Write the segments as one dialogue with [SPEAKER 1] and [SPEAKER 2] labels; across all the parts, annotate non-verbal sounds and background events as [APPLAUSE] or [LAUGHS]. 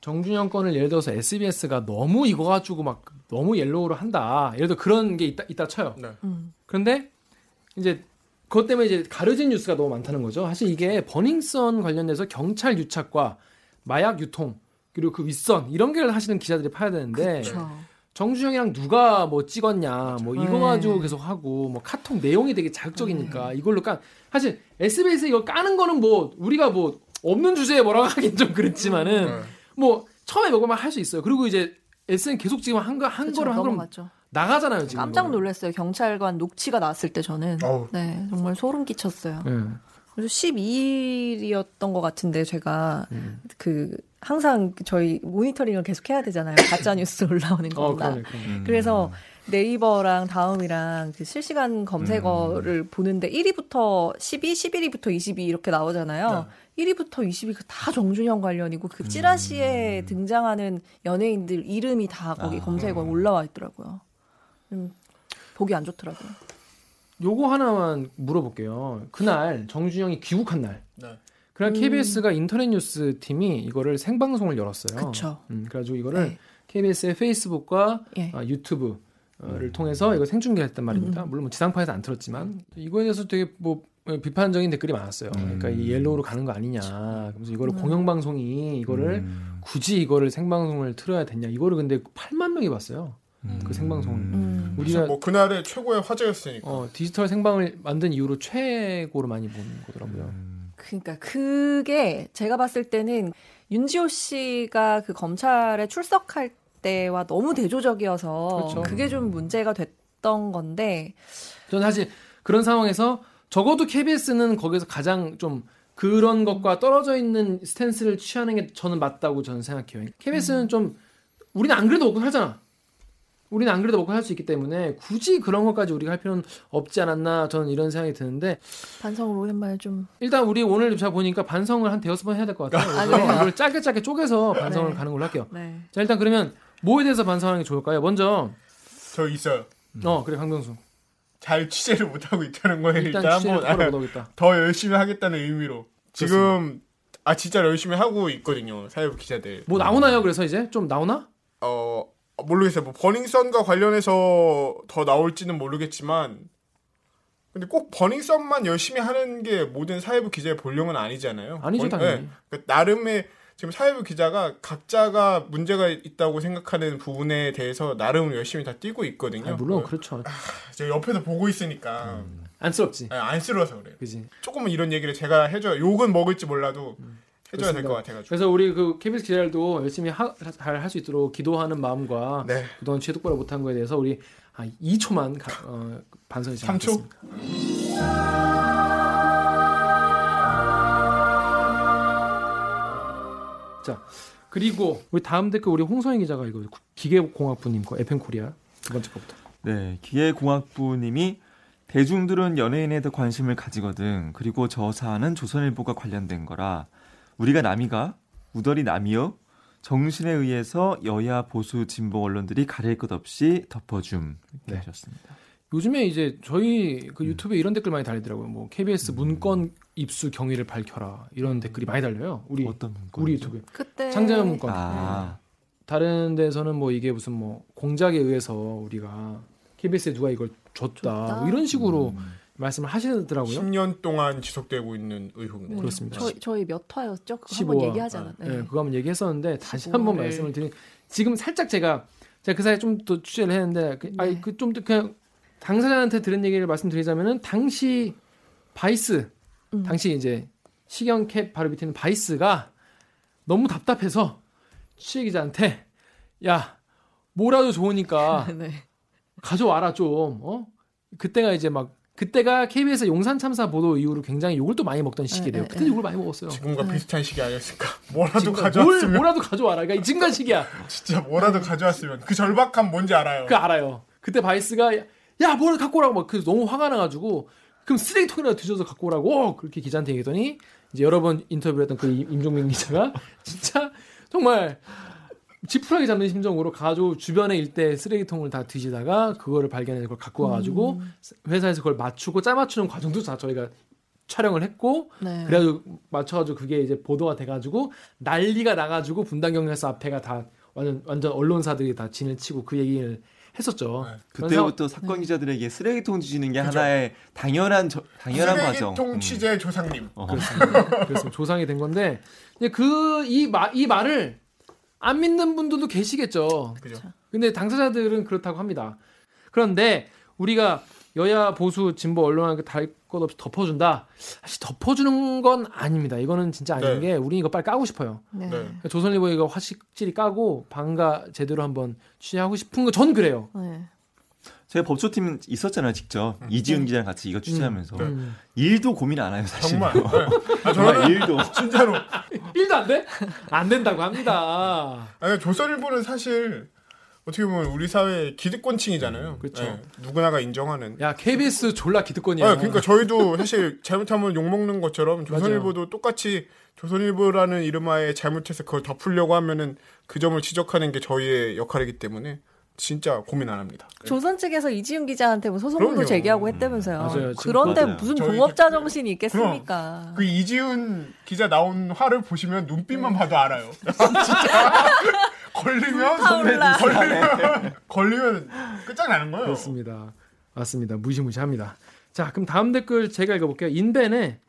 [SPEAKER 1] 정준영 건을 예를 들어서 SBS가 너무 이거 가지고 막 너무 옐로우로 한다. 예를 들어 그런 게 있다 있다 쳐요.
[SPEAKER 2] 네.
[SPEAKER 3] 음.
[SPEAKER 1] 그런데 이제 그것 때문에 이제 가려진 뉴스가 너무 많다는 거죠. 사실 이게 버닝썬 관련돼서 경찰 유착과 마약 유통 그리고 그 윗선 이런 걸 하시는 기자들이 파야 되는데
[SPEAKER 3] 그렇죠.
[SPEAKER 1] 정준영이랑 누가 뭐 찍었냐 뭐 이거
[SPEAKER 3] 네.
[SPEAKER 1] 가지고 계속 하고 뭐 카톡 내용이 되게 자극적이니까 이걸로 까 사실 SBS 이거 까는 거는 뭐 우리가 뭐 없는 주제에 뭐라고 [LAUGHS] 하긴 좀 그렇지만은
[SPEAKER 2] 네.
[SPEAKER 1] 뭐 처음에 먹으면 할 수 있어요. 그리고 이제 SN 계속 지금 한거한
[SPEAKER 3] 그쵸,
[SPEAKER 1] 거를 한 거를
[SPEAKER 3] 넘어갔죠.
[SPEAKER 1] 나가잖아요 지금.
[SPEAKER 3] 깜짝
[SPEAKER 1] 이거는.
[SPEAKER 3] 놀랐어요. 경찰관 녹취가 나왔을 때 저는
[SPEAKER 2] 어우.
[SPEAKER 3] 네 정말 소름 끼쳤어요.
[SPEAKER 1] 예.
[SPEAKER 3] 그래서 12일이었던 것 같은데 제가
[SPEAKER 1] 음.
[SPEAKER 3] 그 항상 저희 모니터링을 계속 해야 되잖아요. 가짜 뉴스 올라오는
[SPEAKER 1] 어,
[SPEAKER 3] 거나.
[SPEAKER 1] 그러네, 그러네.
[SPEAKER 3] 그래서 네이버랑 다음이랑 그 실시간 검색어를
[SPEAKER 1] 음.
[SPEAKER 3] 보는데 1위부터 12, 11위부터 22 이렇게
[SPEAKER 1] 네.
[SPEAKER 3] 나오잖아요. 1위부터 22 다 정준영 관련이고 그 찌라시에
[SPEAKER 1] 음.
[SPEAKER 3] 등장하는 연예인들 이름이 다
[SPEAKER 1] 아.
[SPEAKER 3] 거기 검색어에 올라와 있더라고요. 좀 보기 안 좋더라고요.
[SPEAKER 1] 요거 하나만 물어볼게요. 그날 정준영이 귀국한 날.
[SPEAKER 2] 네.
[SPEAKER 1] 그날
[SPEAKER 3] 음.
[SPEAKER 1] KBS가 인터넷 뉴스 팀이 이거를 생방송을 열었어요.
[SPEAKER 3] 그쵸.
[SPEAKER 1] 음, 그래가지고 이거를
[SPEAKER 3] 네.
[SPEAKER 1] KBS의 페이스북과
[SPEAKER 3] 예.
[SPEAKER 1] 아, 유튜브를 통해서 이거 생중계했단
[SPEAKER 3] 음.
[SPEAKER 1] 말입니다. 물론 뭐 지상파에서 안 틀었지만 이거에 대해서 되게 뭐 어, 비판적인 댓글이 많았어요. 그러니까 이 옐로우로 가는 거 아니냐. 그래서
[SPEAKER 3] 음.
[SPEAKER 1] 이거를 공영방송이 이거를
[SPEAKER 4] 음.
[SPEAKER 1] 굳이 이거를 생방송을 틀어야 됐냐. 이거를 근데 8만 명이 봤어요.
[SPEAKER 2] 음.
[SPEAKER 1] 그 생방송을.
[SPEAKER 3] 음.
[SPEAKER 1] 우리가
[SPEAKER 2] 뭐 그날의 최고의 화제였으니까.
[SPEAKER 1] 어, 디지털 생방을 만든 이후로 최고로 많이 본 거더라고요.
[SPEAKER 4] 음.
[SPEAKER 3] 그러니까 그게 제가 봤을 때는 윤지호 씨가 그 검찰에 출석할 때와 너무 대조적이어서
[SPEAKER 1] 그렇죠.
[SPEAKER 3] 그게좀 문제가 됐던 건데
[SPEAKER 1] 저는 사실 그런 상황에서 적어도 KBS는 거기서 가장 좀 그런 것과 떨어져 있는 스탠스를 취하는 게 저는 맞다고 저는 생각해요. KBS는 좀 우리는 안 그래도 먹고 살잖아. 우리는 안 그래도 먹고 살 수 있기 때문에 굳이 그런 것까지 우리가 할 필요는 없지 않았나 저는 이런 생각이 드는데
[SPEAKER 3] 반성을 오랜만에 좀
[SPEAKER 1] 일단 우리 오늘 제가 보니까 반성을 한 대여섯 번 해야 될 것 같아요.
[SPEAKER 3] 아,
[SPEAKER 1] 그래서
[SPEAKER 3] 그래요?
[SPEAKER 1] 이걸 짧게 짧게 쪼개서 반성을
[SPEAKER 3] 네.
[SPEAKER 1] 가는 걸로 할게요.
[SPEAKER 3] 네.
[SPEAKER 1] 자 일단 그러면 뭐에 대해서 반성하는 게 좋을까요? 먼저
[SPEAKER 2] 저 있어요.
[SPEAKER 1] 어 그래 강병수
[SPEAKER 2] 잘 취재를 못 하고 있다는 거예요. 음. 일단, 뭐, 아.
[SPEAKER 1] 일단 취재를
[SPEAKER 2] 한번
[SPEAKER 1] 똑바로 못하겠다.
[SPEAKER 2] [LAUGHS] 더 열심히 하겠다는 의미로 지금 아 진짜 열심히 하고 있거든요 사회부 기자들
[SPEAKER 1] 뭐 나오나요? 그래서 이제 좀 나오나?
[SPEAKER 2] 어 모르겠어요 뭐 버닝썬과 관련해서 더 나올지는 모르겠지만 근데 꼭 버닝썬만 열심히 하는 게 모든 사회부 기자의 본령은 아니잖아요
[SPEAKER 1] 아니죠,
[SPEAKER 2] 버-
[SPEAKER 1] 당연히.
[SPEAKER 2] 그러니까 나름의 지금 사회부 기자가 각자가 문제가 있다고 생각하는 부분에 대해서 나름 열심히 다 뛰고 있거든요 어, 뭐.
[SPEAKER 1] 아, 물론 그렇죠. 음,
[SPEAKER 2] 제가 옆에서 보고 있으니까
[SPEAKER 1] 안쓰럽지.
[SPEAKER 2] 아, 안쓰러워서 그래요
[SPEAKER 1] 그지.
[SPEAKER 2] 조금은 이런 얘기를 제가 해줘야 욕은 먹을지 몰라도 해줘야 될
[SPEAKER 1] 음, 그렇습니다.
[SPEAKER 2] 것 같아가지고
[SPEAKER 1] 그래서 우리 그 KBS 기자들도 열심히 잘 할 수 있도록 기도하는 마음과
[SPEAKER 2] 네.
[SPEAKER 1] 그동안 취재 똑바로 못한 거에 대해서 우리 한 2초만 가, 어, 반성이 좀
[SPEAKER 2] 3초?
[SPEAKER 1] 있겠습니다. 자 그리고 우리 다음 댓글 우리 홍성희 기자가 이거 기계공학부님 거 에펜코리아 두 번째 거부터.
[SPEAKER 4] 네, 기계공학부님이 대중들은 연예인에 더 관심을 가지거든. 그리고 저 사안은 조선일보가 관련된 거라. 우리가 남이가 우덜이 남이요. 정신에 의해서 여야 보수 진보 언론들이 가릴 것 없이 덮어줌 이렇게
[SPEAKER 1] 네.
[SPEAKER 4] 하셨습니다.
[SPEAKER 1] 요즘에 이제 저희
[SPEAKER 4] 음.
[SPEAKER 1] 그 유튜브에 이런 댓글 많이 달리더라고요. 뭐 KBS 문건 입수 경위를 밝혀라 이런 댓글이 많이 달려요. 우리
[SPEAKER 4] 어떤 문건?
[SPEAKER 1] 우리 네. 유튜브에
[SPEAKER 3] 그때
[SPEAKER 1] 창자연 문건.
[SPEAKER 4] 아,
[SPEAKER 1] 다른 데서는 뭐 이게 무슨 뭐 공작에 의해서 우리가 KBS에 누가 이걸 줬다,
[SPEAKER 3] 줬다. 그
[SPEAKER 1] 뭐 이런 식으로
[SPEAKER 4] 음.
[SPEAKER 1] 말씀을 하시더라고요.
[SPEAKER 2] 10년 동안 지속되고 있는 의혹입니다.
[SPEAKER 1] 그렇습니다.
[SPEAKER 3] 네. 저희, 저희 몇 화였죠? 그거
[SPEAKER 1] 15.
[SPEAKER 3] 한번 얘기하잖아요. 네.
[SPEAKER 1] 예, 그거 한번 얘기했었는데 다시
[SPEAKER 3] 오,
[SPEAKER 1] 한번
[SPEAKER 3] 네.
[SPEAKER 1] 말씀을 드린 지금 살짝 제가 제가 그 사이에 좀 더 취재를 했는데 그, 아니
[SPEAKER 3] 네.
[SPEAKER 1] 그좀 그냥 당사자한테 들은 얘기를 말씀드리자면은 당시 바이스
[SPEAKER 3] 음.
[SPEAKER 1] 당시 이제 시경캡 바로 밑에 있는 바이스가 너무 답답해서 취재 기자한테 야 뭐라도
[SPEAKER 3] [LAUGHS]
[SPEAKER 1] 좋으니까
[SPEAKER 3] 네.
[SPEAKER 1] 가져와라 좀. 어? 그때가 이제 막 그때가 KBS 용산 참사 보도 이후로 굉장히 욕을 또 많이 먹던 시기래요.
[SPEAKER 3] 에,
[SPEAKER 1] 그때
[SPEAKER 3] 에.
[SPEAKER 1] 욕을 많이 먹었어요.
[SPEAKER 2] 네, 지금과 비슷한 시기 아니었을까? [LAUGHS] 뭐라도
[SPEAKER 1] 네. 지금까지.
[SPEAKER 2] 가져왔으면
[SPEAKER 1] 뭘 뭐라도 가져와라. 그러니까 지금까지 시기야.
[SPEAKER 2] 진짜 뭐라도 가져왔으면 그 절박함 뭔지 알아요.
[SPEAKER 1] 그 알아요. 그때 바이스가 야, 뭘 갖고 오라고 막 그래서 너무 화가 나 가지고 그럼 쓰레기통이라도 뒤져서 갖고 오라고 그렇게 기자한테 얘기했더니 이제 여러 번 인터뷰를 했던 그 임- 임종민 기자가 [LAUGHS] 진짜 정말 지푸라기 잡는 심정으로 가지고 주변의 일대 쓰레기통을 다
[SPEAKER 2] 음.
[SPEAKER 1] 뒤지다가 그거를 발견해서 그걸 갖고 와가지고 회사에서 그걸 맞추고 짜 맞추는 과정도 다 저희가 촬영을 했고
[SPEAKER 3] 네.
[SPEAKER 1] 그래가지고 맞춰가지고 그게 이제 보도가 돼가지고 난리가 나가지고 분당 경찰서 앞에가 다 완전 완전 언론사들이 다 진을 치고 그 얘기를 했었죠.
[SPEAKER 2] 네.
[SPEAKER 4] 그때부터 사건 기자들에게 쓰레기통 지지는 게 하나의 당연한 저- 당연한 과정.
[SPEAKER 2] 쓰레기통
[SPEAKER 4] 음.
[SPEAKER 2] 취재 조상님.
[SPEAKER 1] [LAUGHS]
[SPEAKER 4] 어.
[SPEAKER 1] 그렇습니다. 그래서 조상이 된 건데 이제 그이말이 말을 안 믿는 분들도 계시겠죠.
[SPEAKER 2] 그죠.
[SPEAKER 1] 근데 당사자들은 그렇다고 합니다. 그런데 우리가 여야 보수 진보 언론한테 달것 없이 덮어준다. 사실 덮어주는 건 아닙니다. 이거는 진짜 아닌
[SPEAKER 2] 네.
[SPEAKER 1] 게 우리 이거 빨리 까고 싶어요.
[SPEAKER 3] 네.
[SPEAKER 2] 네.
[SPEAKER 1] 그러니까 조선일보 이거 화식질이 까고 방가 제대로 한번 취재하고 싶은 거 전 그래요.
[SPEAKER 3] 네.
[SPEAKER 4] 제가 법조팀 있었잖아요, 직접 이지은 기자랑 같이 이거 취재하면서
[SPEAKER 2] 음. 네.
[SPEAKER 1] 음.
[SPEAKER 4] 일도 고민 안 해요, 사실.
[SPEAKER 2] 정말. 네. 아,
[SPEAKER 4] [LAUGHS] 정말
[SPEAKER 2] 저는 [LAUGHS]
[SPEAKER 4] 일도.
[SPEAKER 2] 진짜로. 아,
[SPEAKER 1] 일도 안 돼? 안 된다고 합니다.
[SPEAKER 2] 아니, 조선일보는 사실 어떻게 보면 우리 사회의 기득권층이잖아요. 네.
[SPEAKER 1] 그쵸.
[SPEAKER 2] 누구나가 인정하는.
[SPEAKER 1] 야 KBS 졸라 기득권이야.
[SPEAKER 2] 아, 그러니까 저희도 사실 잘못하면 욕 먹는 것처럼 조선일보도 똑같이 조선일보라는 이름하에 잘못해서 그걸 덮으려고 하면은 그 점을 지적하는 게 저희의 역할이기 때문에 진짜 고민 안 합니다.
[SPEAKER 3] 조선 측에서 이지윤 기자한테 뭐 소송도
[SPEAKER 2] 그럼요.
[SPEAKER 3] 제기하고 했다면서요.
[SPEAKER 1] 음. 맞아요. 지금
[SPEAKER 3] 그런데
[SPEAKER 4] 맞아요.
[SPEAKER 3] 무슨
[SPEAKER 2] 저희
[SPEAKER 3] 동업자
[SPEAKER 2] 그-
[SPEAKER 3] 정신이 있겠습니까?
[SPEAKER 2] 그 이지훈 기자 나온 화를 보시면 눈빛만 봐도 알아요. 진짜 [LAUGHS] 걸리면
[SPEAKER 3] 타올라.
[SPEAKER 2] 걸리면 걸리면 끝장나는 거예요.
[SPEAKER 1] 그렇습니다. 맞습니다. 무시무시합니다. 자, 그럼 다음 댓글 제가 읽어볼게요. 인벤에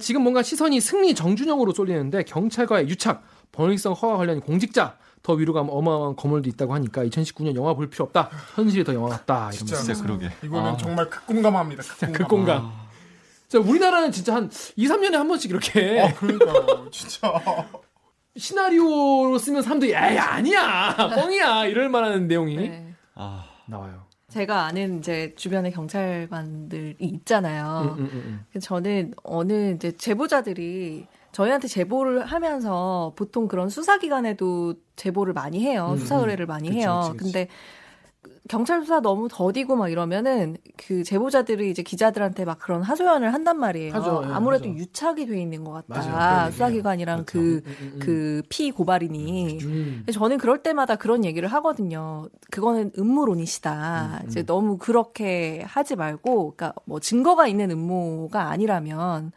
[SPEAKER 1] 지금 뭔가 시선이 승리 정준영으로 쏠리는데 경찰과의 유착, 번익성 허가 관련 공직자 더 위로 가면 어마어마한 거물도 있다고 하니까 2019년 영화 볼 필요 없다. 현실이 더 영화 같다. 이런
[SPEAKER 2] 진짜.
[SPEAKER 1] 말씀.
[SPEAKER 4] 진짜 그러게.
[SPEAKER 2] 이거는
[SPEAKER 1] 아.
[SPEAKER 2] 정말 극공감합니다. 극공감.
[SPEAKER 1] 극공감.
[SPEAKER 2] 아.
[SPEAKER 1] 자, 우리나라는 진짜 한 2, 3년에 한 번씩 이렇게
[SPEAKER 2] 아, 그러니까요. 진짜.
[SPEAKER 1] 시나리오로 쓰면 사람들이 에이 아니야 [LAUGHS] 뻥이야 이럴 만한 내용이
[SPEAKER 3] 네.
[SPEAKER 4] 아,
[SPEAKER 1] 나와요.
[SPEAKER 3] 제가 아는 이제 주변의 경찰관들이 있잖아요.
[SPEAKER 1] 음, 음, 음,
[SPEAKER 3] 그 저는 어느 이제 제보자들이 저희한테 제보를 하면서 보통 그런 수사기관에도 제보를 많이 해요.
[SPEAKER 1] 음,
[SPEAKER 3] 수사
[SPEAKER 1] 음.
[SPEAKER 3] 의뢰를 많이
[SPEAKER 1] 그치,
[SPEAKER 3] 해요.
[SPEAKER 1] 그치, 그치.
[SPEAKER 3] 근데 경찰 수사 너무 더디고 막 이러면은 그 제보자들이 이제 기자들한테 막 그런 하소연을 한단 말이에요.
[SPEAKER 1] 하죠. 예,
[SPEAKER 3] 아무래도
[SPEAKER 1] 맞아.
[SPEAKER 3] 유착이 돼 있는 것 같다.
[SPEAKER 1] 맞아요. 그런 얘기예요.
[SPEAKER 3] 수사기관이랑
[SPEAKER 4] 맞죠.
[SPEAKER 3] 그,
[SPEAKER 1] 음, 음, 음.
[SPEAKER 3] 그 피 고발인이.
[SPEAKER 1] 음.
[SPEAKER 3] 근데 저는 그럴 때마다 그런 얘기를 하거든요. 그거는 음모론이시다. 이제 너무 그렇게 하지 말고, 그러니까 뭐 증거가 있는 음모가 아니라면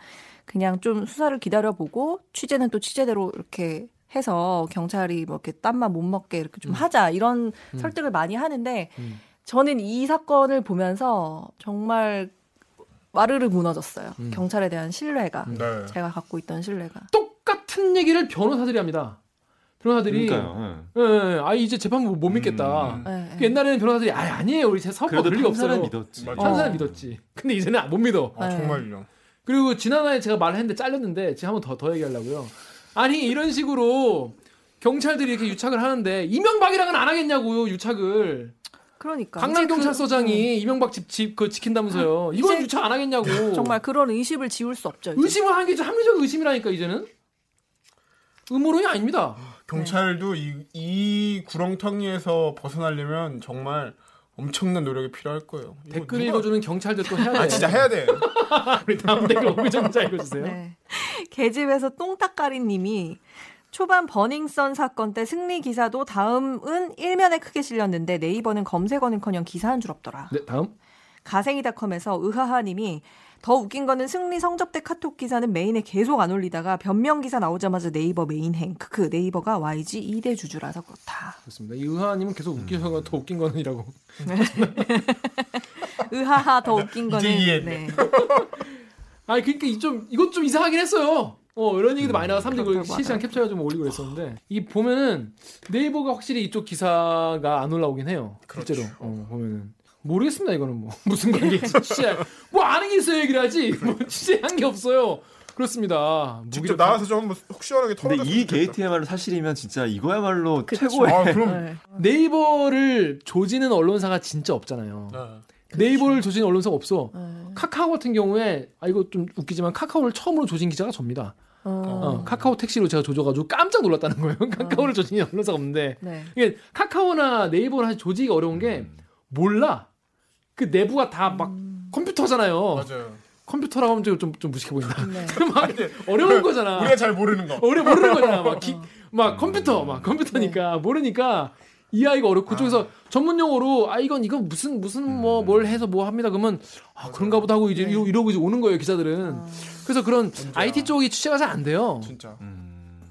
[SPEAKER 3] 그냥 좀 수사를 기다려보고 취재는 또 취재대로 이렇게 해서 경찰이 뭐 이렇게 땀만 못 먹게 이렇게 좀 하자 이런
[SPEAKER 1] 음.
[SPEAKER 3] 설득을 많이 하는데
[SPEAKER 1] 음.
[SPEAKER 3] 저는 이 사건을 보면서 정말 와르르 무너졌어요.
[SPEAKER 1] 음.
[SPEAKER 3] 경찰에 대한 신뢰가
[SPEAKER 2] 네.
[SPEAKER 3] 제가 갖고 있던 신뢰가.
[SPEAKER 1] 똑같은 얘기를 변호사들이 합니다. 변호사들이
[SPEAKER 4] 그러니까요.
[SPEAKER 1] 예, 예, 아 이제 재판부 못 믿겠다.
[SPEAKER 4] 음.
[SPEAKER 3] 네, 네.
[SPEAKER 1] 옛날에는 변호사들이 아 아니에요 우리 제
[SPEAKER 4] 예.
[SPEAKER 1] 사업가
[SPEAKER 4] 그래도
[SPEAKER 1] 그럴 리가 없어요.
[SPEAKER 4] 판사는 믿었지.
[SPEAKER 2] 맞아.
[SPEAKER 1] 판사는
[SPEAKER 3] 어.
[SPEAKER 1] 믿었지. 근데 이제는 못 믿어.
[SPEAKER 2] 아, 정말요.
[SPEAKER 1] 그리고 지난번에 제가 말을 했는데 잘렸는데 지금 한번 더 더 얘기하려고요. 아니 이런 식으로 경찰들이 이렇게 유착을 하는데 이명박이랑은 안 하겠냐고요 유착을.
[SPEAKER 3] 그러니까
[SPEAKER 1] 강남
[SPEAKER 3] 이제 그-
[SPEAKER 1] 경찰서장이 이명박 집집 그 지킨다면서요. 이건
[SPEAKER 3] 이제-
[SPEAKER 1] 유착 안 하겠냐고.
[SPEAKER 3] [LAUGHS] 정말 그런 의심을 지울 수 없죠. 이제.
[SPEAKER 1] 의심을 한게 합리적 의심이라니까 이제는 음모론이 아닙니다.
[SPEAKER 2] 경찰도 이, 이 구렁텅이에서 벗어나려면 정말 엄청난 노력이 필요할 거예요. 이거
[SPEAKER 1] 댓글
[SPEAKER 2] 누가-
[SPEAKER 1] 읽어주는 경찰들 또 해야 네. 돼.
[SPEAKER 2] 아 진짜 해야 돼.
[SPEAKER 1] 우리 [LAUGHS] 다음 댓글 오기전 기자 읽어주세요.
[SPEAKER 3] 네. [LAUGHS] 계집에서 똥딱가리님이 초반 버닝썬 사건 때 승리 기사도 다음은 일면에 크게 실렸는데 네이버는 검색어는커녕 기사한 줄 없더라.
[SPEAKER 1] 네 다음.
[SPEAKER 3] 가생이닷컴에서 의하하님이 더 웃긴 거는 승리 성적 대 카톡 기사는 메인에 계속 안 올리다가 변명 기사 나오자마자 네이버 메인행 크크 네이버가 YG 2대 주주라서 그렇다.
[SPEAKER 1] 그렇습니다. 이 의하님은 계속 웃기셔서 더 웃긴 거는이라고.
[SPEAKER 3] 의하하 더 웃긴 거는
[SPEAKER 2] 이제 이해했네. [LAUGHS]
[SPEAKER 3] 네.
[SPEAKER 1] 아니 그러니까 이 좀 이것 좀 이상하긴 했어요. 어 이런 얘기도 많이 나와 사람들이 그걸
[SPEAKER 3] 음, 그렇다고
[SPEAKER 1] 실시간 캡처해 좀 올리고 그랬었는데 이 보면은 네이버가 확실히 이쪽 기사가 안 올라오긴 해요. 실제로
[SPEAKER 2] 그렇죠.
[SPEAKER 1] 어, 보면은 모르겠습니다 이거는 뭐 [LAUGHS] 무슨 관계에서 취재 뭐 아는 게 있어야 얘기를 하지 뭐 취재한 게 없어요. 그렇습니다.
[SPEAKER 2] 직접
[SPEAKER 1] 무기력한-
[SPEAKER 2] 나와서 좀 한번 혹 시원하게
[SPEAKER 4] 근데
[SPEAKER 2] 털어줬으면
[SPEAKER 4] 이
[SPEAKER 2] 좋겠다.
[SPEAKER 4] 게이트야말로 사실이면 진짜 이거야말로
[SPEAKER 3] 그쵸.
[SPEAKER 4] 최고의
[SPEAKER 2] 아 그럼.
[SPEAKER 3] 네.
[SPEAKER 1] 네이버를 조지는 언론사가 진짜 없잖아요.
[SPEAKER 2] 네.
[SPEAKER 1] 네이버를 조지는 언론사가 없어.
[SPEAKER 3] 네.
[SPEAKER 1] 카카오 같은 경우에 아 이거 좀 웃기지만 카카오를 처음으로 조진 기자가 접니다.
[SPEAKER 3] 어.
[SPEAKER 1] 어, 카카오 택시로 제가 조져가지고 깜짝 놀랐다는 거예요. [LAUGHS] 카카오를 조지는 언론사가 없는데
[SPEAKER 3] 네.
[SPEAKER 1] 이게 카카오나 네이버는 사실 조직이 어려운 게
[SPEAKER 4] 음,
[SPEAKER 1] 몰라. 그 내부가 다 막
[SPEAKER 3] 음,
[SPEAKER 4] 어.
[SPEAKER 1] 컴퓨터잖아요.
[SPEAKER 2] 맞아요.
[SPEAKER 1] 컴퓨터라고 하면 좀, 좀 무식해 보인다. [LAUGHS]
[SPEAKER 2] [LAUGHS]
[SPEAKER 3] 네.
[SPEAKER 1] 막 어려운 거잖아.
[SPEAKER 2] 우리가 잘 모르는 거.
[SPEAKER 1] 우리 모르는 거잖아. 막, 기- 막 컴퓨터, 막 컴퓨터니까 모르니까 이 네. 아이가 어렵고 그쪽에서 전문 용어로 아 이건 이건 무슨 무슨 뭐 뭘 해서 뭐 합니다 그러면 아 그런가 보다 하고 이제 이러- 이러고 이제 오는 거예요 기사들은 그래서 그런 IT 쪽이 취재가 잘 안 돼요
[SPEAKER 2] 진짜.
[SPEAKER 4] 음.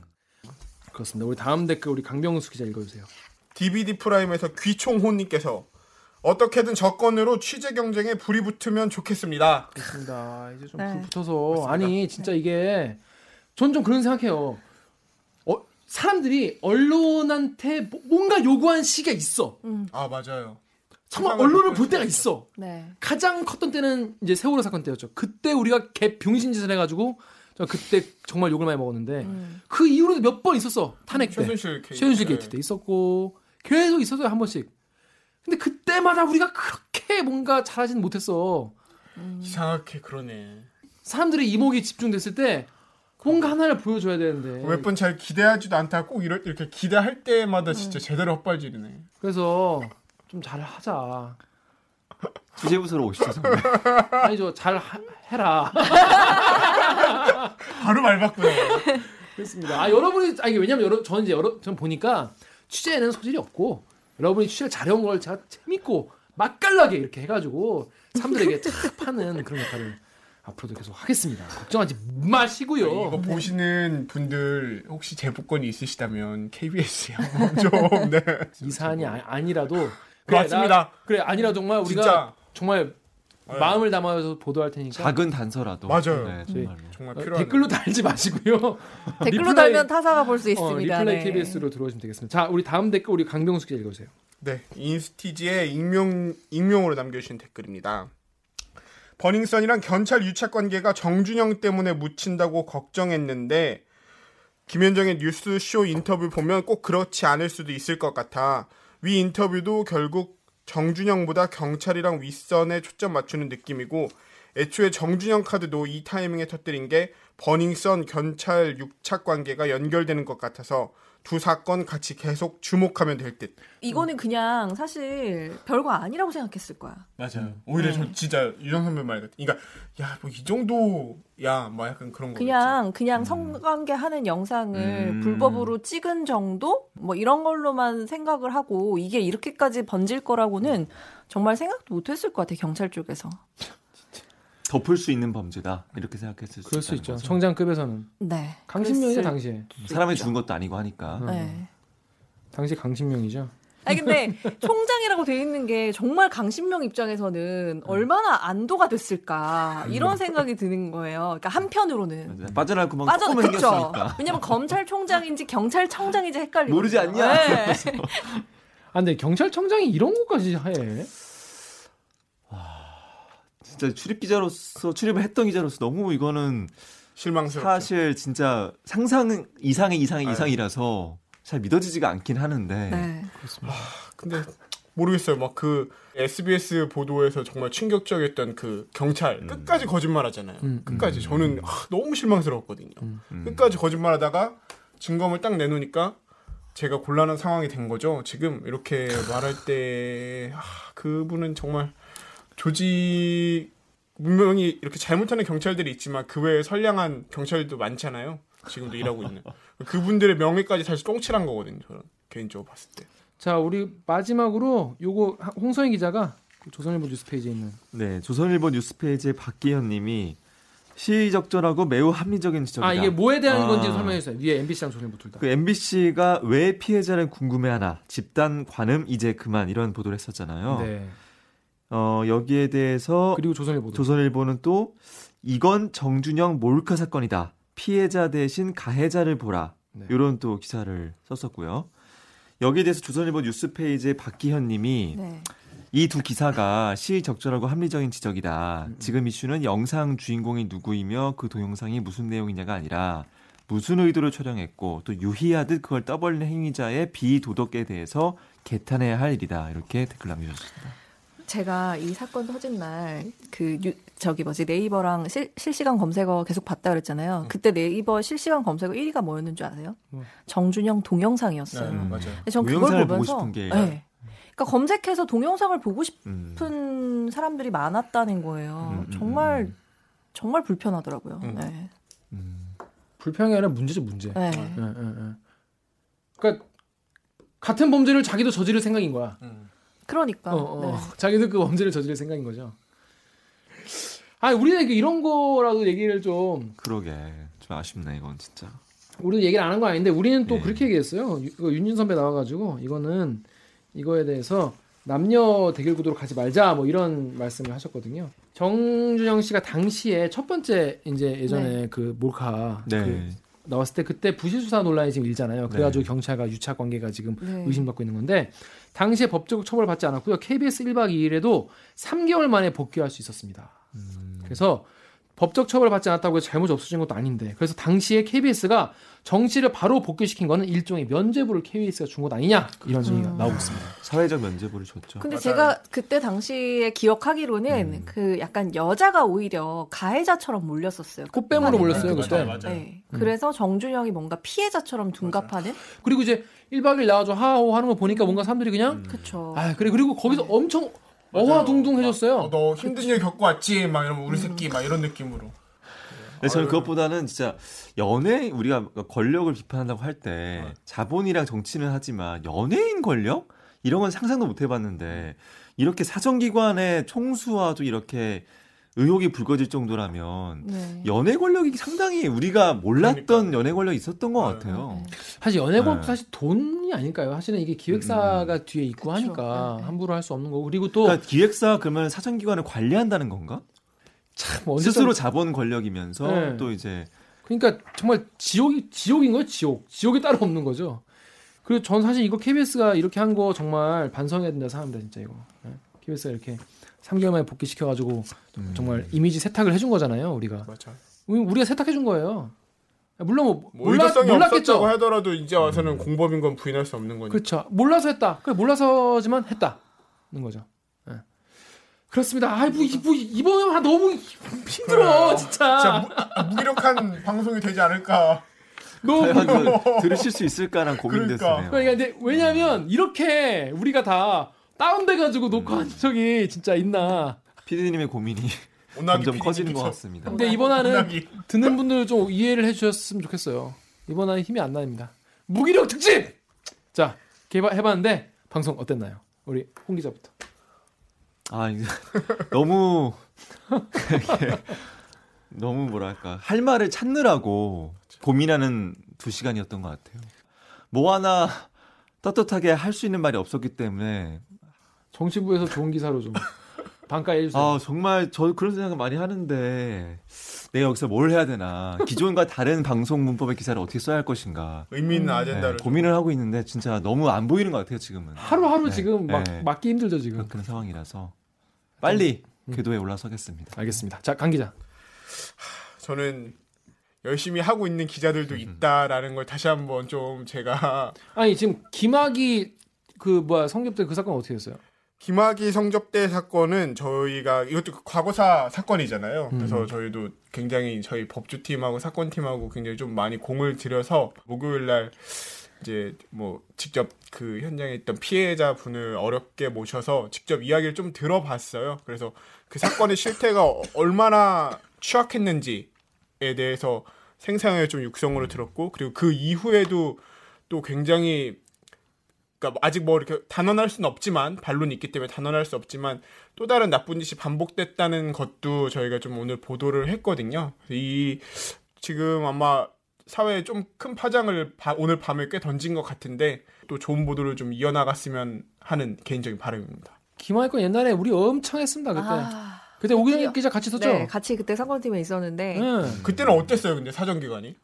[SPEAKER 1] 그렇습니다 우리 다음 댓글 우리 강병수 기자 읽어주세요
[SPEAKER 2] DVD 프라임에서 귀총호님께서 어떻게든 저건으로 취재 경쟁에 불이 붙으면 좋겠습니다.
[SPEAKER 1] 그렇습니다. 이제 좀
[SPEAKER 3] 네.
[SPEAKER 1] 불 붙어서 아니 진짜 이게 전 좀 그런 생각해요. 어, 사람들이 언론한테 뭐- 뭔가 요구한 시기가 있어.
[SPEAKER 2] 아 맞아요.
[SPEAKER 1] 정말
[SPEAKER 2] 세상을
[SPEAKER 1] 언론을
[SPEAKER 2] 바꾸는
[SPEAKER 1] 볼 때가
[SPEAKER 2] 시기가
[SPEAKER 1] 있어.
[SPEAKER 3] 음, 네.
[SPEAKER 1] 가장 컸던 때는 이제 세월호 사건 때였죠. 그때 우리가 개 병신 짓을 해가지고 저 그때 정말 욕을 많이 먹었는데
[SPEAKER 3] 음.
[SPEAKER 1] 그 이후로도 몇 번 있었어 탄핵 때.
[SPEAKER 2] 최순실 케이스.
[SPEAKER 1] 네.
[SPEAKER 2] 네.
[SPEAKER 1] 최윤실 네. 게이트 때 있었고 계속 있었어요 한 번씩. 근데 그때마다 우리가 그렇게 뭔가 잘하진 못했어.
[SPEAKER 2] 이상하게 그러네.
[SPEAKER 1] 사람들의 이목이 집중됐을 때 뭔가 하나를 보여줘야 되는데
[SPEAKER 2] 몇 번 잘 기대하지도 않다. 꼭 이럴- 이렇게 기대할 때마다
[SPEAKER 1] 네.
[SPEAKER 2] 진짜 제대로 헛발질이네.
[SPEAKER 1] 그래서 좀 잘하자
[SPEAKER 4] 취재부서로 오시죠
[SPEAKER 1] [LAUGHS]
[SPEAKER 4] 정말.
[SPEAKER 1] 아니죠 잘 하- 해라 [LAUGHS]
[SPEAKER 2] 바로 말 바꾸네.
[SPEAKER 1] [LAUGHS] 그렇습니다 아 여러분이 아니 왜냐면 여러 저는 이제 여러 전 보니까 취재에는 소질이 없고 여러분이 취재를 잘해온 걸 제가 재밌고 맛깔나게 이렇게 해가지고
[SPEAKER 2] [LAUGHS]
[SPEAKER 1] 사람들에게 착 파는 그런 역할을 앞으로도 계속 하겠습니다 걱정하지
[SPEAKER 2] 아, 이거 뭐
[SPEAKER 1] 마시고요 네.
[SPEAKER 2] 보시는 분들 혹시 제보권이 있으시다면 KBS요. 좀
[SPEAKER 1] [LAUGHS]
[SPEAKER 2] 네.
[SPEAKER 1] 이 사안이 아, 니라도
[SPEAKER 2] 맞습니다.
[SPEAKER 1] 그래 아니라 정말 우리가
[SPEAKER 2] 진짜. 예.
[SPEAKER 1] 정말 마음을 담아서 보도할 테니까
[SPEAKER 4] 작은 단서라도.
[SPEAKER 2] 맞아요.
[SPEAKER 4] 네, 정말로.
[SPEAKER 2] 정말
[SPEAKER 1] 어,
[SPEAKER 2] 필요한
[SPEAKER 1] 댓글로 달지 마시고요.
[SPEAKER 3] [LAUGHS] 댓글로
[SPEAKER 1] 리플라이-
[SPEAKER 3] 달면 타사가 볼 수
[SPEAKER 1] 어,
[SPEAKER 3] 있습니다.
[SPEAKER 1] 리플레이
[SPEAKER 3] 네.
[SPEAKER 1] KBS로 들어오시면 되겠습니다. 자, 우리 다음 댓글 우리 강병수 기자 읽어주세요.
[SPEAKER 2] 네, 인스티지의 익명 익명으로 남겨주신 댓글입니다. 버닝썬이랑 경찰 유착 관계가 정준영 때문에 묻힌다고 걱정했는데 김현정의 뉴스 쇼 인터뷰 보면 꼭 그렇지 않을 수도 있을 것 같아. 위 인터뷰도 결국 정준영보다 경찰이랑 윗선에 초점 맞추는 느낌이고 애초에 정준영 카드도 이 타이밍에 터뜨린 게 버닝썬 경찰 유착 관계가 연결되는 것 같아서 두 사건 같이 계속 주목하면 될 듯.
[SPEAKER 3] 이거는 그냥 사실 별거 아니라고 생각했을 거야.
[SPEAKER 1] 어,
[SPEAKER 2] 맞아요. 오히려 저 진짜 유정 선배 말 같아. 그러니까 야 뭐 이 정도 야 뭐 약간 그런 거.
[SPEAKER 3] 그냥
[SPEAKER 1] 음.
[SPEAKER 3] 그냥 성관계 하는 영상을
[SPEAKER 4] 음.
[SPEAKER 3] 불법으로 찍은 정도 뭐 이런 걸로만 생각을 하고 이게 이렇게까지 번질 거라고는 정말 생각도 못했을 것 같아 경찰 쪽에서.
[SPEAKER 4] 덮을 수 있는 범죄다 이렇게 생각했을 수,
[SPEAKER 1] 그럴 수
[SPEAKER 4] 있다는
[SPEAKER 1] 있죠.
[SPEAKER 4] 거죠.
[SPEAKER 1] 청장급에서는
[SPEAKER 3] 네.
[SPEAKER 1] 아, 강신명이죠
[SPEAKER 3] 그랬을-
[SPEAKER 1] 당시에.
[SPEAKER 4] 사람이 죽은 것도 아니고 하니까.
[SPEAKER 1] 음.
[SPEAKER 3] 네.
[SPEAKER 1] 당시 강신명이죠.
[SPEAKER 3] 아니 근데 총장이라고 돼 있는 게 정말 강신명
[SPEAKER 4] 네.
[SPEAKER 3] 입장에서는 얼마나 안도가 됐을까 이런 생각이 드는 거예요. 그러니까 한편으로는
[SPEAKER 4] 맞아요. 빠져나갈 구멍
[SPEAKER 3] 빠져
[SPEAKER 4] 조금은
[SPEAKER 3] 그죠.
[SPEAKER 4] 생겼으니까.
[SPEAKER 3] 왜냐면 검찰총장인지 경찰청장인지 헷갈리고
[SPEAKER 4] 모르지 않냐? [LAUGHS]
[SPEAKER 3] 네.
[SPEAKER 1] 아, 근데 경찰청장이 이런 것까지 해.
[SPEAKER 4] 진짜 출입 기자로서 출입을 했던 기자로서 너무 이거는
[SPEAKER 2] 실망스럽죠.
[SPEAKER 4] 사실 진짜 상상 이상의 이상의 이상이라서 잘 믿어지지가 않긴 하는데
[SPEAKER 3] 네.
[SPEAKER 2] 근데 모르겠어요. 막 그 SBS 보도에서 정말 충격적이었던 그 경찰 끝까지 거짓말하잖아요.
[SPEAKER 1] 음,
[SPEAKER 2] 끝까지 저는 아, 너무 실망스러웠거든요.
[SPEAKER 4] 음.
[SPEAKER 2] 끝까지 거짓말하다가 증거물 딱 내놓으니까 제가 곤란한 상황이 된 거죠. 지금
[SPEAKER 4] [LAUGHS]
[SPEAKER 2] 이렇게 말할 때 아, 그분은 정말 조직 분명히 이렇게 잘못하는 경찰들이 있지만 그 외에 선량한 경찰도 많잖아요. 지금도 일하고
[SPEAKER 4] [LAUGHS]
[SPEAKER 2] 있는 그분들의 명예까지 사실 똥칠한 거거든요. 저는 개인적으로 봤을 때.
[SPEAKER 1] 자, 우리 마지막으로 요거 하- 홍성희 기자가 그 조선일보 뉴스 페이지에 있는
[SPEAKER 4] 네, 조선일보 뉴스페이지의 박기현님이 시의적절하고 매우 합리적인 지적이다.
[SPEAKER 1] 아 이게 뭐에 대한
[SPEAKER 4] 아.
[SPEAKER 1] 건지 설명해 주세요. 위에 MBC랑 조선일보 둘 다.
[SPEAKER 4] 그 MBC가 왜 피해자를 궁금해하나 집단 관음 이제 그만 이런 보도를 했었잖아요.
[SPEAKER 1] 네.
[SPEAKER 4] 어, 여기에 대해서
[SPEAKER 1] 그리고 조선일보도.
[SPEAKER 4] 조선일보는 또 이건 정준영 몰카 사건이다. 피해자 대신 가해자를 보라.
[SPEAKER 1] 네.
[SPEAKER 4] 이런 또 기사를 썼었고요. 여기에 대해서 조선일보 뉴스페이지의 박기현님이
[SPEAKER 3] 네.
[SPEAKER 4] 이 두 기사가 시의적절하고 합리적인 지적이다. 지금 이슈는 영상 주인공이 누구이며 그 동영상이 무슨 내용이냐가 아니라 무슨 의도로 촬영했고 또 유희하듯 그걸 떠벌리는 행위자의 비도덕에 대해서 개탄해야 할 일이다. 이렇게 댓글 남겨주셨습니다.
[SPEAKER 3] 제가 이 사건 터진 날 그 저기 뭐지 네이버랑 실, 실시간 검색어 계속 봤다 그랬잖아요. 그때 네이버 실시간 검색어 1위가 뭐였는 줄 아세요?
[SPEAKER 1] 뭐?
[SPEAKER 3] 정준영 동영상이었어요.
[SPEAKER 4] 음.
[SPEAKER 2] 네, 맞아요.
[SPEAKER 3] 근데 전
[SPEAKER 4] 동영상을
[SPEAKER 3] 그걸
[SPEAKER 4] 보고
[SPEAKER 3] 보면서
[SPEAKER 4] 싶은 게-
[SPEAKER 3] 네. 그러니까 검색해서 동영상을 보고
[SPEAKER 4] 음.
[SPEAKER 3] 싶은 사람들이 많았다는 거예요.
[SPEAKER 4] 음, 음,
[SPEAKER 3] 정말
[SPEAKER 4] 음.
[SPEAKER 3] 정말 불편하더라고요.
[SPEAKER 2] 음.
[SPEAKER 3] 네.
[SPEAKER 4] 음.
[SPEAKER 1] 불평이 아니라 문제죠 문제.
[SPEAKER 3] 네.
[SPEAKER 1] 예, 예, 예. 그러니까 같은 범죄를 자기도 저지를 생각인 거야.
[SPEAKER 2] 음.
[SPEAKER 3] 그러니까.
[SPEAKER 1] 어, 어.
[SPEAKER 3] 네.
[SPEAKER 1] 자기도 그 범죄를 저지를 생각인 거죠. 아, 우리는 그 이런 거라도 얘기를 좀
[SPEAKER 4] 그러게 좀 아쉽네 이건 진짜.
[SPEAKER 1] 우리도 얘기를 안 한 건 아닌데 우리는 또
[SPEAKER 4] 예.
[SPEAKER 1] 그렇게 얘기했어요. 유- 이거 윤준 선배 나와가지고 이거는 이거에 대해서 남녀 대결 구도로 가지 말자 뭐 이런 말씀을 하셨거든요. 정준영 씨가 당시에 첫 번째 이제 예전에 그 몰카 그
[SPEAKER 4] 네.
[SPEAKER 1] 나왔을 때 그때 부실 수사 논란이 지금 일잖아요. 그래가지고
[SPEAKER 4] 네.
[SPEAKER 1] 경찰과 유착 관계가 지금
[SPEAKER 3] 네.
[SPEAKER 1] 의심받고 있는 건데 당시에 법적 처벌받지 않았고요. KBS 1박 2일에도 3개월 만에 복귀할 수 있었습니다.
[SPEAKER 4] 음,
[SPEAKER 1] 그래서 법적 처벌받지 않았다고 해서 잘못이 없어진 것도 아닌데 그래서 당시에 KBS가 정 씨를 바로 복귀시킨 거는 일종의 면죄부를 KBS가 준 것 아니냐 이런 얘기가 나오고
[SPEAKER 4] 음.
[SPEAKER 1] 있습니다.
[SPEAKER 4] 사회적 면제부를 줬죠.
[SPEAKER 3] 근데
[SPEAKER 2] 맞아요.
[SPEAKER 3] 제가 그때 당시에 기억하기로는 그 약간 여자가 오히려 가해자처럼 몰렸었어요.
[SPEAKER 1] 꽃뱀으로
[SPEAKER 3] 네,
[SPEAKER 1] 몰렸어요
[SPEAKER 2] 맞아요,
[SPEAKER 1] 그때.
[SPEAKER 2] 맞아요.
[SPEAKER 3] 네. 그래서 정준영이 뭔가 피해자처럼 둔갑하는
[SPEAKER 1] 그리고 이제 1박 2일 나와서 하하호 하는 거 보니까 뭔가 사람들이
[SPEAKER 3] 음.
[SPEAKER 1] 그냥
[SPEAKER 3] 그쵸.
[SPEAKER 1] 아 그래 그리고 거기서 엄청 어화둥둥해졌어요.
[SPEAKER 2] 어, 너 힘든 일 겪고 왔지? 막 이러면 우리 새끼 막 이런 느낌으로. 아,
[SPEAKER 4] 근데 저는 그것보다는 진짜 연예 우리가 권력을 비판한다고 할 때
[SPEAKER 1] 어.
[SPEAKER 4] 자본이랑 정치는 하지만 연예인 권력 이런 건 상상도 못
[SPEAKER 1] 음.
[SPEAKER 4] 해봤는데 이렇게 사정기관의 총수와도 이렇게 의혹이 불거질 정도라면
[SPEAKER 3] 네.
[SPEAKER 4] 연예 권력이 상당히 우리가 몰랐던
[SPEAKER 2] 그러니까요.
[SPEAKER 4] 연예 권력이 있었던 것
[SPEAKER 2] 네.
[SPEAKER 1] 음,
[SPEAKER 4] 같아요.
[SPEAKER 1] 사실 연예법
[SPEAKER 4] 네.
[SPEAKER 1] 사실 돈이 아닐까요? 사실은 이게 기획사가 뒤에 있고
[SPEAKER 3] 그쵸.
[SPEAKER 1] 하니까
[SPEAKER 3] 네, 네.
[SPEAKER 1] 함부로 할 수 없는 거고 그리고 또
[SPEAKER 4] 그러니까 기획사 그러면 사정기관을 관리한다는 건가?
[SPEAKER 1] 참뭐 언제적-
[SPEAKER 4] 스스로 자본 권력이면서
[SPEAKER 1] 네.
[SPEAKER 4] 또 이제
[SPEAKER 1] 그러니까 정말 지옥이 지옥인 거예요 지옥 지옥이 따로 없는 거죠. 그리고 전 사실 이거 KBS가 이렇게 한 거 정말 반성해야 된다 생각합니다 진짜 이거 네? KBS가 이렇게 3개월 만에 복귀시켜가지고
[SPEAKER 4] 음,
[SPEAKER 1] 정말 이미지 세탁을 해준 거잖아요 우리가
[SPEAKER 2] 맞아.
[SPEAKER 1] 우리- 우리가 세탁해준 거예요. 물론 뭐
[SPEAKER 2] 뭐
[SPEAKER 1] 몰라,
[SPEAKER 2] 의도성이 없었다고
[SPEAKER 1] 몰랐겠죠.
[SPEAKER 2] 하더라도 이제 와서는 공범인 건 부인할 수 없는 거니까.
[SPEAKER 1] 그렇죠. 몰라서 했다. 그래 몰라서지만 했다는 거죠. 예. 그렇습니다. 아이고 이거 이번 아 너무 힘들어
[SPEAKER 2] 그래요.
[SPEAKER 1] 진짜.
[SPEAKER 2] 네. 진짜 [LAUGHS] 무, 기력한 방송이 되지 않을까. 뭐 네.
[SPEAKER 1] 너무
[SPEAKER 4] 과연
[SPEAKER 2] [LAUGHS]
[SPEAKER 4] 그거 들으실 수 있을까랑 고민됐어요.
[SPEAKER 2] 그러니까.
[SPEAKER 1] 그러니까 근데 왜냐하면 이렇게 우리가 다 다운돼가지고 녹화한 적이 진짜 있나.
[SPEAKER 4] 피디님의 고민이
[SPEAKER 2] [LAUGHS] 오나기
[SPEAKER 4] 점점
[SPEAKER 2] PD
[SPEAKER 4] 커지는 것
[SPEAKER 2] 미쳐.
[SPEAKER 4] 같습니다.
[SPEAKER 1] 근데 이번화는
[SPEAKER 2] 오나기.
[SPEAKER 1] 듣는 분들 좀 이해를 해주셨으면 좋겠어요. 이번화는 힘이 안 나입니다. 무기력 특집. 자 개발 해봤는데 방송 어땠나요? 우리 홍 기자부터.
[SPEAKER 4] 아 이거 [LAUGHS] 너무 [LAUGHS] 이게 너무 뭐랄까 할 말을 찾느라고
[SPEAKER 2] 그렇죠.
[SPEAKER 4] 고민하는 두 시간이었던 것 같아요. 뭐 하나 떳떳하게 할 수 있는 말이 없었기 때문에
[SPEAKER 1] 정치부에서 좋은 기사로 좀 반가해 주세요.
[SPEAKER 4] 아 정말 저 그런 생각 많이 하는데 내가 여기서 뭘 해야 되나
[SPEAKER 2] [LAUGHS]
[SPEAKER 4] 기존과 다른 방송 문법의 기사를 어떻게 써야 할 것인가
[SPEAKER 2] 의미 있는
[SPEAKER 4] 네,
[SPEAKER 2] 아젠다를.
[SPEAKER 4] 고민을 하고 있는데 진짜 너무 안 보이는 것 같아요 지금은
[SPEAKER 1] 하루하루
[SPEAKER 4] 네,
[SPEAKER 1] 지금 막
[SPEAKER 4] 네.
[SPEAKER 1] 막기 힘들죠 지금.
[SPEAKER 4] 그런 상황이라서
[SPEAKER 1] 아,
[SPEAKER 4] 빨리
[SPEAKER 1] 네.
[SPEAKER 4] 그 궤도에 올라서겠습니다.
[SPEAKER 1] 알겠습니다. 자, 강 기자.
[SPEAKER 2] 저는 열심히 하고 있는
[SPEAKER 4] 음,
[SPEAKER 2] 기자들도 있다라는 걸 다시 한번 좀 제가
[SPEAKER 1] 아니 지금 김학이 그 뭐야 성겹대 그 사건 어떻게 됐어요?
[SPEAKER 2] 김학의 성접대 사건은 저희가 이것도 그 과거사 사건이잖아요. 그래서 저희도 굉장히 저희 법조팀하고 사건팀하고 굉장히 좀 많이 공을 들여서 목요일 날 이제 뭐 직접 그 현장에 있던 피해자 분을 어렵게 모셔서 직접 이야기를 좀 들어봤어요. 그래서 그 사건의 실태가 어- 얼마나 취약했는지에 대해서 생생하게 좀 육성으로 들었고 그리고 그 이후에도 또 굉장히 그러니까 아직 뭐 이렇게 단언할 수는 없지만 반론이 있기 때문에 단언할 수 없지만 또 다른 나쁜 짓이 반복됐다는 것도 저희가 좀 오늘 보도를 했거든요. 이 지금 아마 사회에 좀 큰 파장을 바- 오늘 밤에 꽤 던진 것 같은데 또 좋은 보도를 좀 이어나갔으면 하는 개인적인 바람입니다.
[SPEAKER 1] 김학이 건 옛날에 우리 엄청 했습니다 그때.
[SPEAKER 3] 아,
[SPEAKER 1] 그때 오기정
[SPEAKER 3] 드디어.
[SPEAKER 1] 기자 같이 썼죠. 음. 네.
[SPEAKER 3] 네, 같이 그때 사건팀에 있었는데.
[SPEAKER 1] 응.
[SPEAKER 2] 그때는 어땠어요, 근데 사정기관이?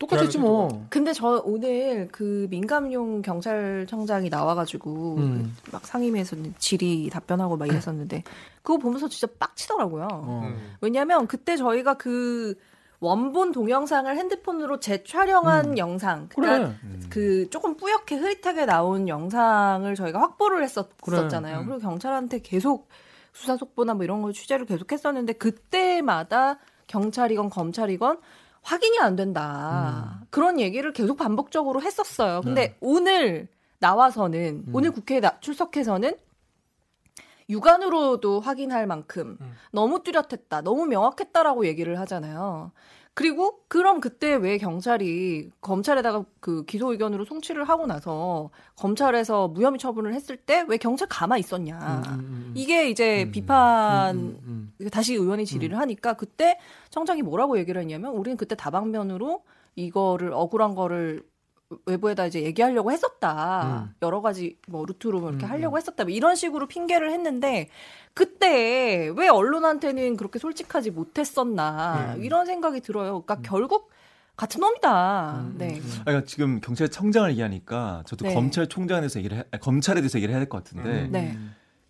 [SPEAKER 1] 똑같았지 뭐.
[SPEAKER 3] 근데 저 오늘 그 민감용 경찰청장이 나와가지고
[SPEAKER 1] 음.
[SPEAKER 3] 그막 상임위에서 질의 답변하고 막 이랬었는데 그거 보면서 진짜 빡치더라고요.
[SPEAKER 1] 어.
[SPEAKER 2] 음.
[SPEAKER 3] 왜냐면 그때 저희가 그 원본 동영상을 핸드폰으로 재촬영한 영상, 그러니까
[SPEAKER 1] 그래.
[SPEAKER 3] 그 조금 뿌옇게 흐릿하게 나온 영상을 저희가 확보를 했었잖아요.
[SPEAKER 2] 그래.
[SPEAKER 3] 그리고 경찰한테 계속 수사 속보나 뭐 이런 걸 취재를 계속 했었는데 그때마다 경찰이건 검찰이건 확인이 안 된다. 그런 얘기를 계속 반복적으로 했었어요. 근데 오늘 나와서는 오늘 국회에 나- 출석해서는 육안으로도 확인할 만큼 너무 뚜렷했다, 너무 명확했다라고 얘기를 하잖아요. 그리고 그럼 그때 왜 경찰이 검찰에다가 그 기소 의견으로 송치를 하고 나서 검찰에서 무혐의 처분을 했을 때 왜 경찰 가만 있었냐. 이게 이제
[SPEAKER 4] 음.
[SPEAKER 3] 비판
[SPEAKER 1] 음.
[SPEAKER 3] 다시 의원이 질의를 하니까 그때 청장이 뭐라고 얘기를 했냐면 우리는 그때 다방면으로 이거를 억울한 거를 외부에다 이제 얘기하려고 했었다.
[SPEAKER 1] 음.
[SPEAKER 3] 여러 가지 뭐 루트로 뭐 이렇게
[SPEAKER 1] 음,
[SPEAKER 3] 하려고 했었다. 뭐 이런 식으로 핑계를 했는데 그때 왜 언론한테는 그렇게 솔직하지 못했었나
[SPEAKER 2] 음.
[SPEAKER 3] 이런 생각이 들어요. 그러니까 결국 같은 놈이다.
[SPEAKER 1] 음,
[SPEAKER 3] 네.
[SPEAKER 1] 음.
[SPEAKER 4] 아니, 그러니까 지금 경찰청장을 얘기하니까 저도
[SPEAKER 3] 네.
[SPEAKER 4] 검찰총장에 대해서 얘기를 해, 아니, 검찰에 대해서 얘기를 해야 될 것 같은데
[SPEAKER 2] 음.
[SPEAKER 3] 네.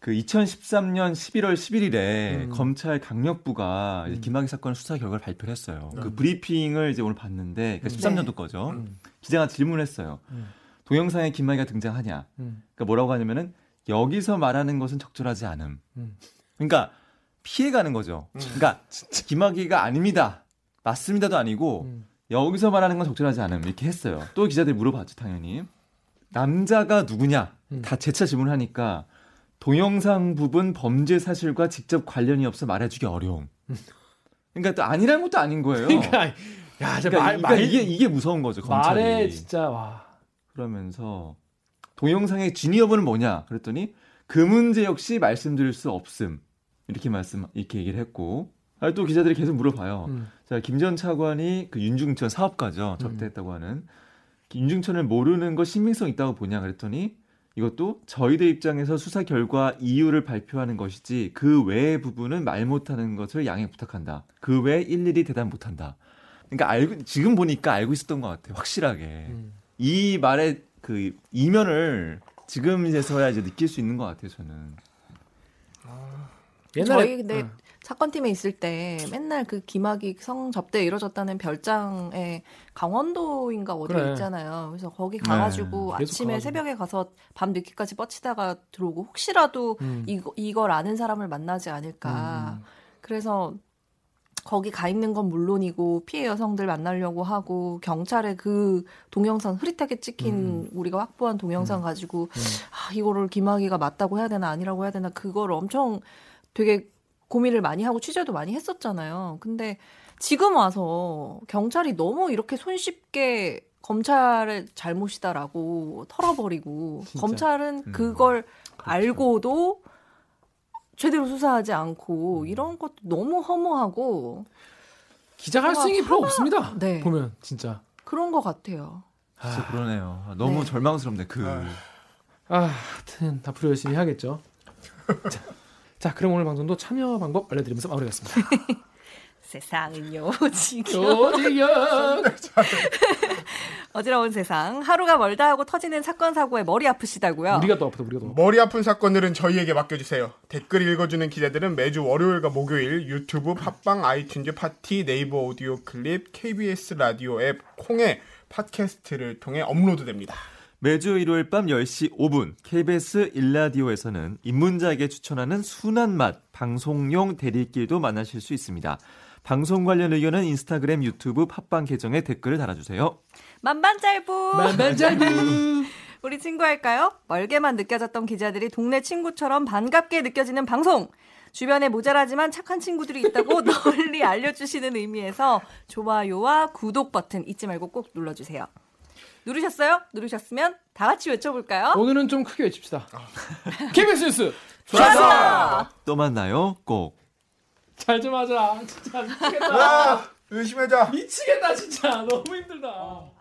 [SPEAKER 4] 그 2013년 11월 11일에
[SPEAKER 1] 음.
[SPEAKER 4] 검찰 강력부가 이제
[SPEAKER 1] 음.
[SPEAKER 4] 김학의 사건 수사 결과를 발표를 했어요.
[SPEAKER 2] 네.
[SPEAKER 4] 그 브리핑을 이제 오늘
[SPEAKER 1] 음.
[SPEAKER 4] 봤는데 그러니까 13년도 거죠.
[SPEAKER 1] 음.
[SPEAKER 4] 기자가 질문했어요.
[SPEAKER 1] 음.
[SPEAKER 4] 동영상에 김학의가 등장하냐?
[SPEAKER 1] 음.
[SPEAKER 4] 그러니까 뭐라고 하냐면은 여기서 말하는 것은 적절하지 않음.
[SPEAKER 1] 음.
[SPEAKER 4] 그러니까 피해가는 거죠.
[SPEAKER 2] 음.
[SPEAKER 1] [LAUGHS]
[SPEAKER 4] 그러니까 김학의가 아닙니다. 맞습니다도 아니고
[SPEAKER 1] 음.
[SPEAKER 4] 여기서 말하는 건 적절하지 않음 이렇게 했어요. 또 기자들이 물어봤죠 당연히 남자가 누구냐
[SPEAKER 1] 음.
[SPEAKER 4] 다 재차 질문하니까 동영상 부분 범죄 사실과 직접 관련이 없어 말해주기 어려움. 그러니까 또 아니라는 것도 아닌 거예요.
[SPEAKER 1] 음. 그러니까 야, 진짜
[SPEAKER 4] 그러니까
[SPEAKER 1] 말,
[SPEAKER 4] 이게-
[SPEAKER 1] 말
[SPEAKER 4] 이게 이게 무서운 거죠 검찰이.
[SPEAKER 1] 말에 진짜 와.
[SPEAKER 4] 그러면서 동영상의 진위 여부는 뭐냐 그랬더니 그 문제 역시 말씀드릴 수 없음 이렇게 말씀 이렇게 얘기를 했고 아, 또 기자들이 계속 물어봐요.
[SPEAKER 1] 음.
[SPEAKER 4] 자, 김 전 차관이 그 윤중천 사업가죠. 접대했다고 하는. 윤중천을 모르는 거 신빙성 있다고 보냐 그랬더니 이것도 저희들 입장에서 수사 결과 이유를 발표하는 것이지 그 외의 부분은 말 못하는 것을 양해 부탁한다. 그 외에 일일이 대답 못한다. 그러니까 알고 지금 보니까 알고 있었던 것 같아요. 확실하게
[SPEAKER 1] 음.
[SPEAKER 4] 이 말의 그 이면을 지금에서야 이제 느낄 수 있는 것 같아요. 저는.
[SPEAKER 1] 옛날에
[SPEAKER 3] 저희 근데
[SPEAKER 1] 어.
[SPEAKER 3] 사건팀에 있을 때 맨날 그 김학이 성접대 이뤄졌다는 별장에 강원도인가 어디
[SPEAKER 1] 그래.
[SPEAKER 3] 있잖아요. 그래서 거기 가가지고
[SPEAKER 1] 네, 계속
[SPEAKER 3] 아침에
[SPEAKER 1] 가가지고.
[SPEAKER 3] 새벽에 가서 밤 늦게까지 뻗치다가 들어오고 혹시라도
[SPEAKER 1] 음.
[SPEAKER 3] 이거, 이걸 아는 사람을 만나지 않을까.
[SPEAKER 1] 음.
[SPEAKER 3] 그래서 거기 가 있는 건 물론이고 피해 여성들 만나려고 하고 경찰에 그 동영상 흐릿하게 찍힌 우리가 확보한 동영상 가지고
[SPEAKER 1] 음.
[SPEAKER 3] 아, 이거를 김학의가 맞다고 해야 되나 아니라고 해야 되나 그걸 엄청 되게 고민을 많이 하고 취재도 많이 했었잖아요. 근데 지금 와서 경찰이 너무 이렇게 손쉽게 검찰의 잘못이다라고 털어버리고
[SPEAKER 1] 진짜.
[SPEAKER 3] 검찰은
[SPEAKER 4] 음.
[SPEAKER 3] 그걸
[SPEAKER 1] 그렇죠.
[SPEAKER 3] 알고도 제대로 수사하지
[SPEAKER 1] 음.
[SPEAKER 3] 않고 이런 것도 너무 허무하고
[SPEAKER 1] 기자 할 수 있는 게 별로 없습니다.
[SPEAKER 3] 네.
[SPEAKER 1] 보면 진짜.
[SPEAKER 3] 그런 것 같아요.
[SPEAKER 4] 진짜
[SPEAKER 1] 아,
[SPEAKER 4] 그러네요. 아, 너무
[SPEAKER 3] 네.
[SPEAKER 4] 절망스럽네. 그
[SPEAKER 2] 아.
[SPEAKER 1] 아, 하여튼 앞으로 열심히 해야겠죠. [LAUGHS] 자, 자, 그럼 오늘 방송도 참여 방법 알려드리면서 마무리하겠습니다.
[SPEAKER 3] 세상은요 [LAUGHS] 지겨워
[SPEAKER 1] 조지영
[SPEAKER 3] 어지러운 세상 하루가 멀다 하고 터지는 사건 사고에 머리 아프시다고요?
[SPEAKER 1] 우리가 더 아프다. 우리가 더. 아프다.
[SPEAKER 2] 머리 아픈 사건들은 저희에게 맡겨주세요. 댓글 읽어주는 기자들은 매주 월요일과 목요일 유튜브, 팟빵, 아이튠즈, 파티, 네이버 오디오 클립, KBS 라디오 앱, 콩에 팟캐스트를 통해 업로드됩니다.
[SPEAKER 4] 매주 일요일 밤 10시 5분 KBS 일라디오에서는 입문자에게 추천하는 순한 맛 방송용 대리길도 만나실 수 있습니다. 방송 관련 의견은 인스타그램, 유튜브, 팟빵 계정에 댓글을 달아주세요.
[SPEAKER 3] 만반짤부
[SPEAKER 1] 만반자구.
[SPEAKER 3] [LAUGHS] 우리 친구 할까요? 멀게만 느껴졌던 기자들이 동네 친구처럼 반갑게 느껴지는 방송. 주변에 모자라지만 착한 친구들이 있다고 [LAUGHS] 널리 알려주시는 의미에서 좋아요와 구독 버튼 잊지 말고 꼭 눌러주세요. 누르셨어요? 누르셨으면 다 같이 외쳐볼까요?
[SPEAKER 1] 오늘은 좀 크게 외칩시다. [LAUGHS] KBS 뉴스
[SPEAKER 3] 좋았어!
[SPEAKER 4] 또 만나요. 꼭.
[SPEAKER 1] 잘 좀 하자. 진짜 미치겠다.
[SPEAKER 2] 아, 의심하자.
[SPEAKER 1] 미치겠다 진짜 너무 힘들다.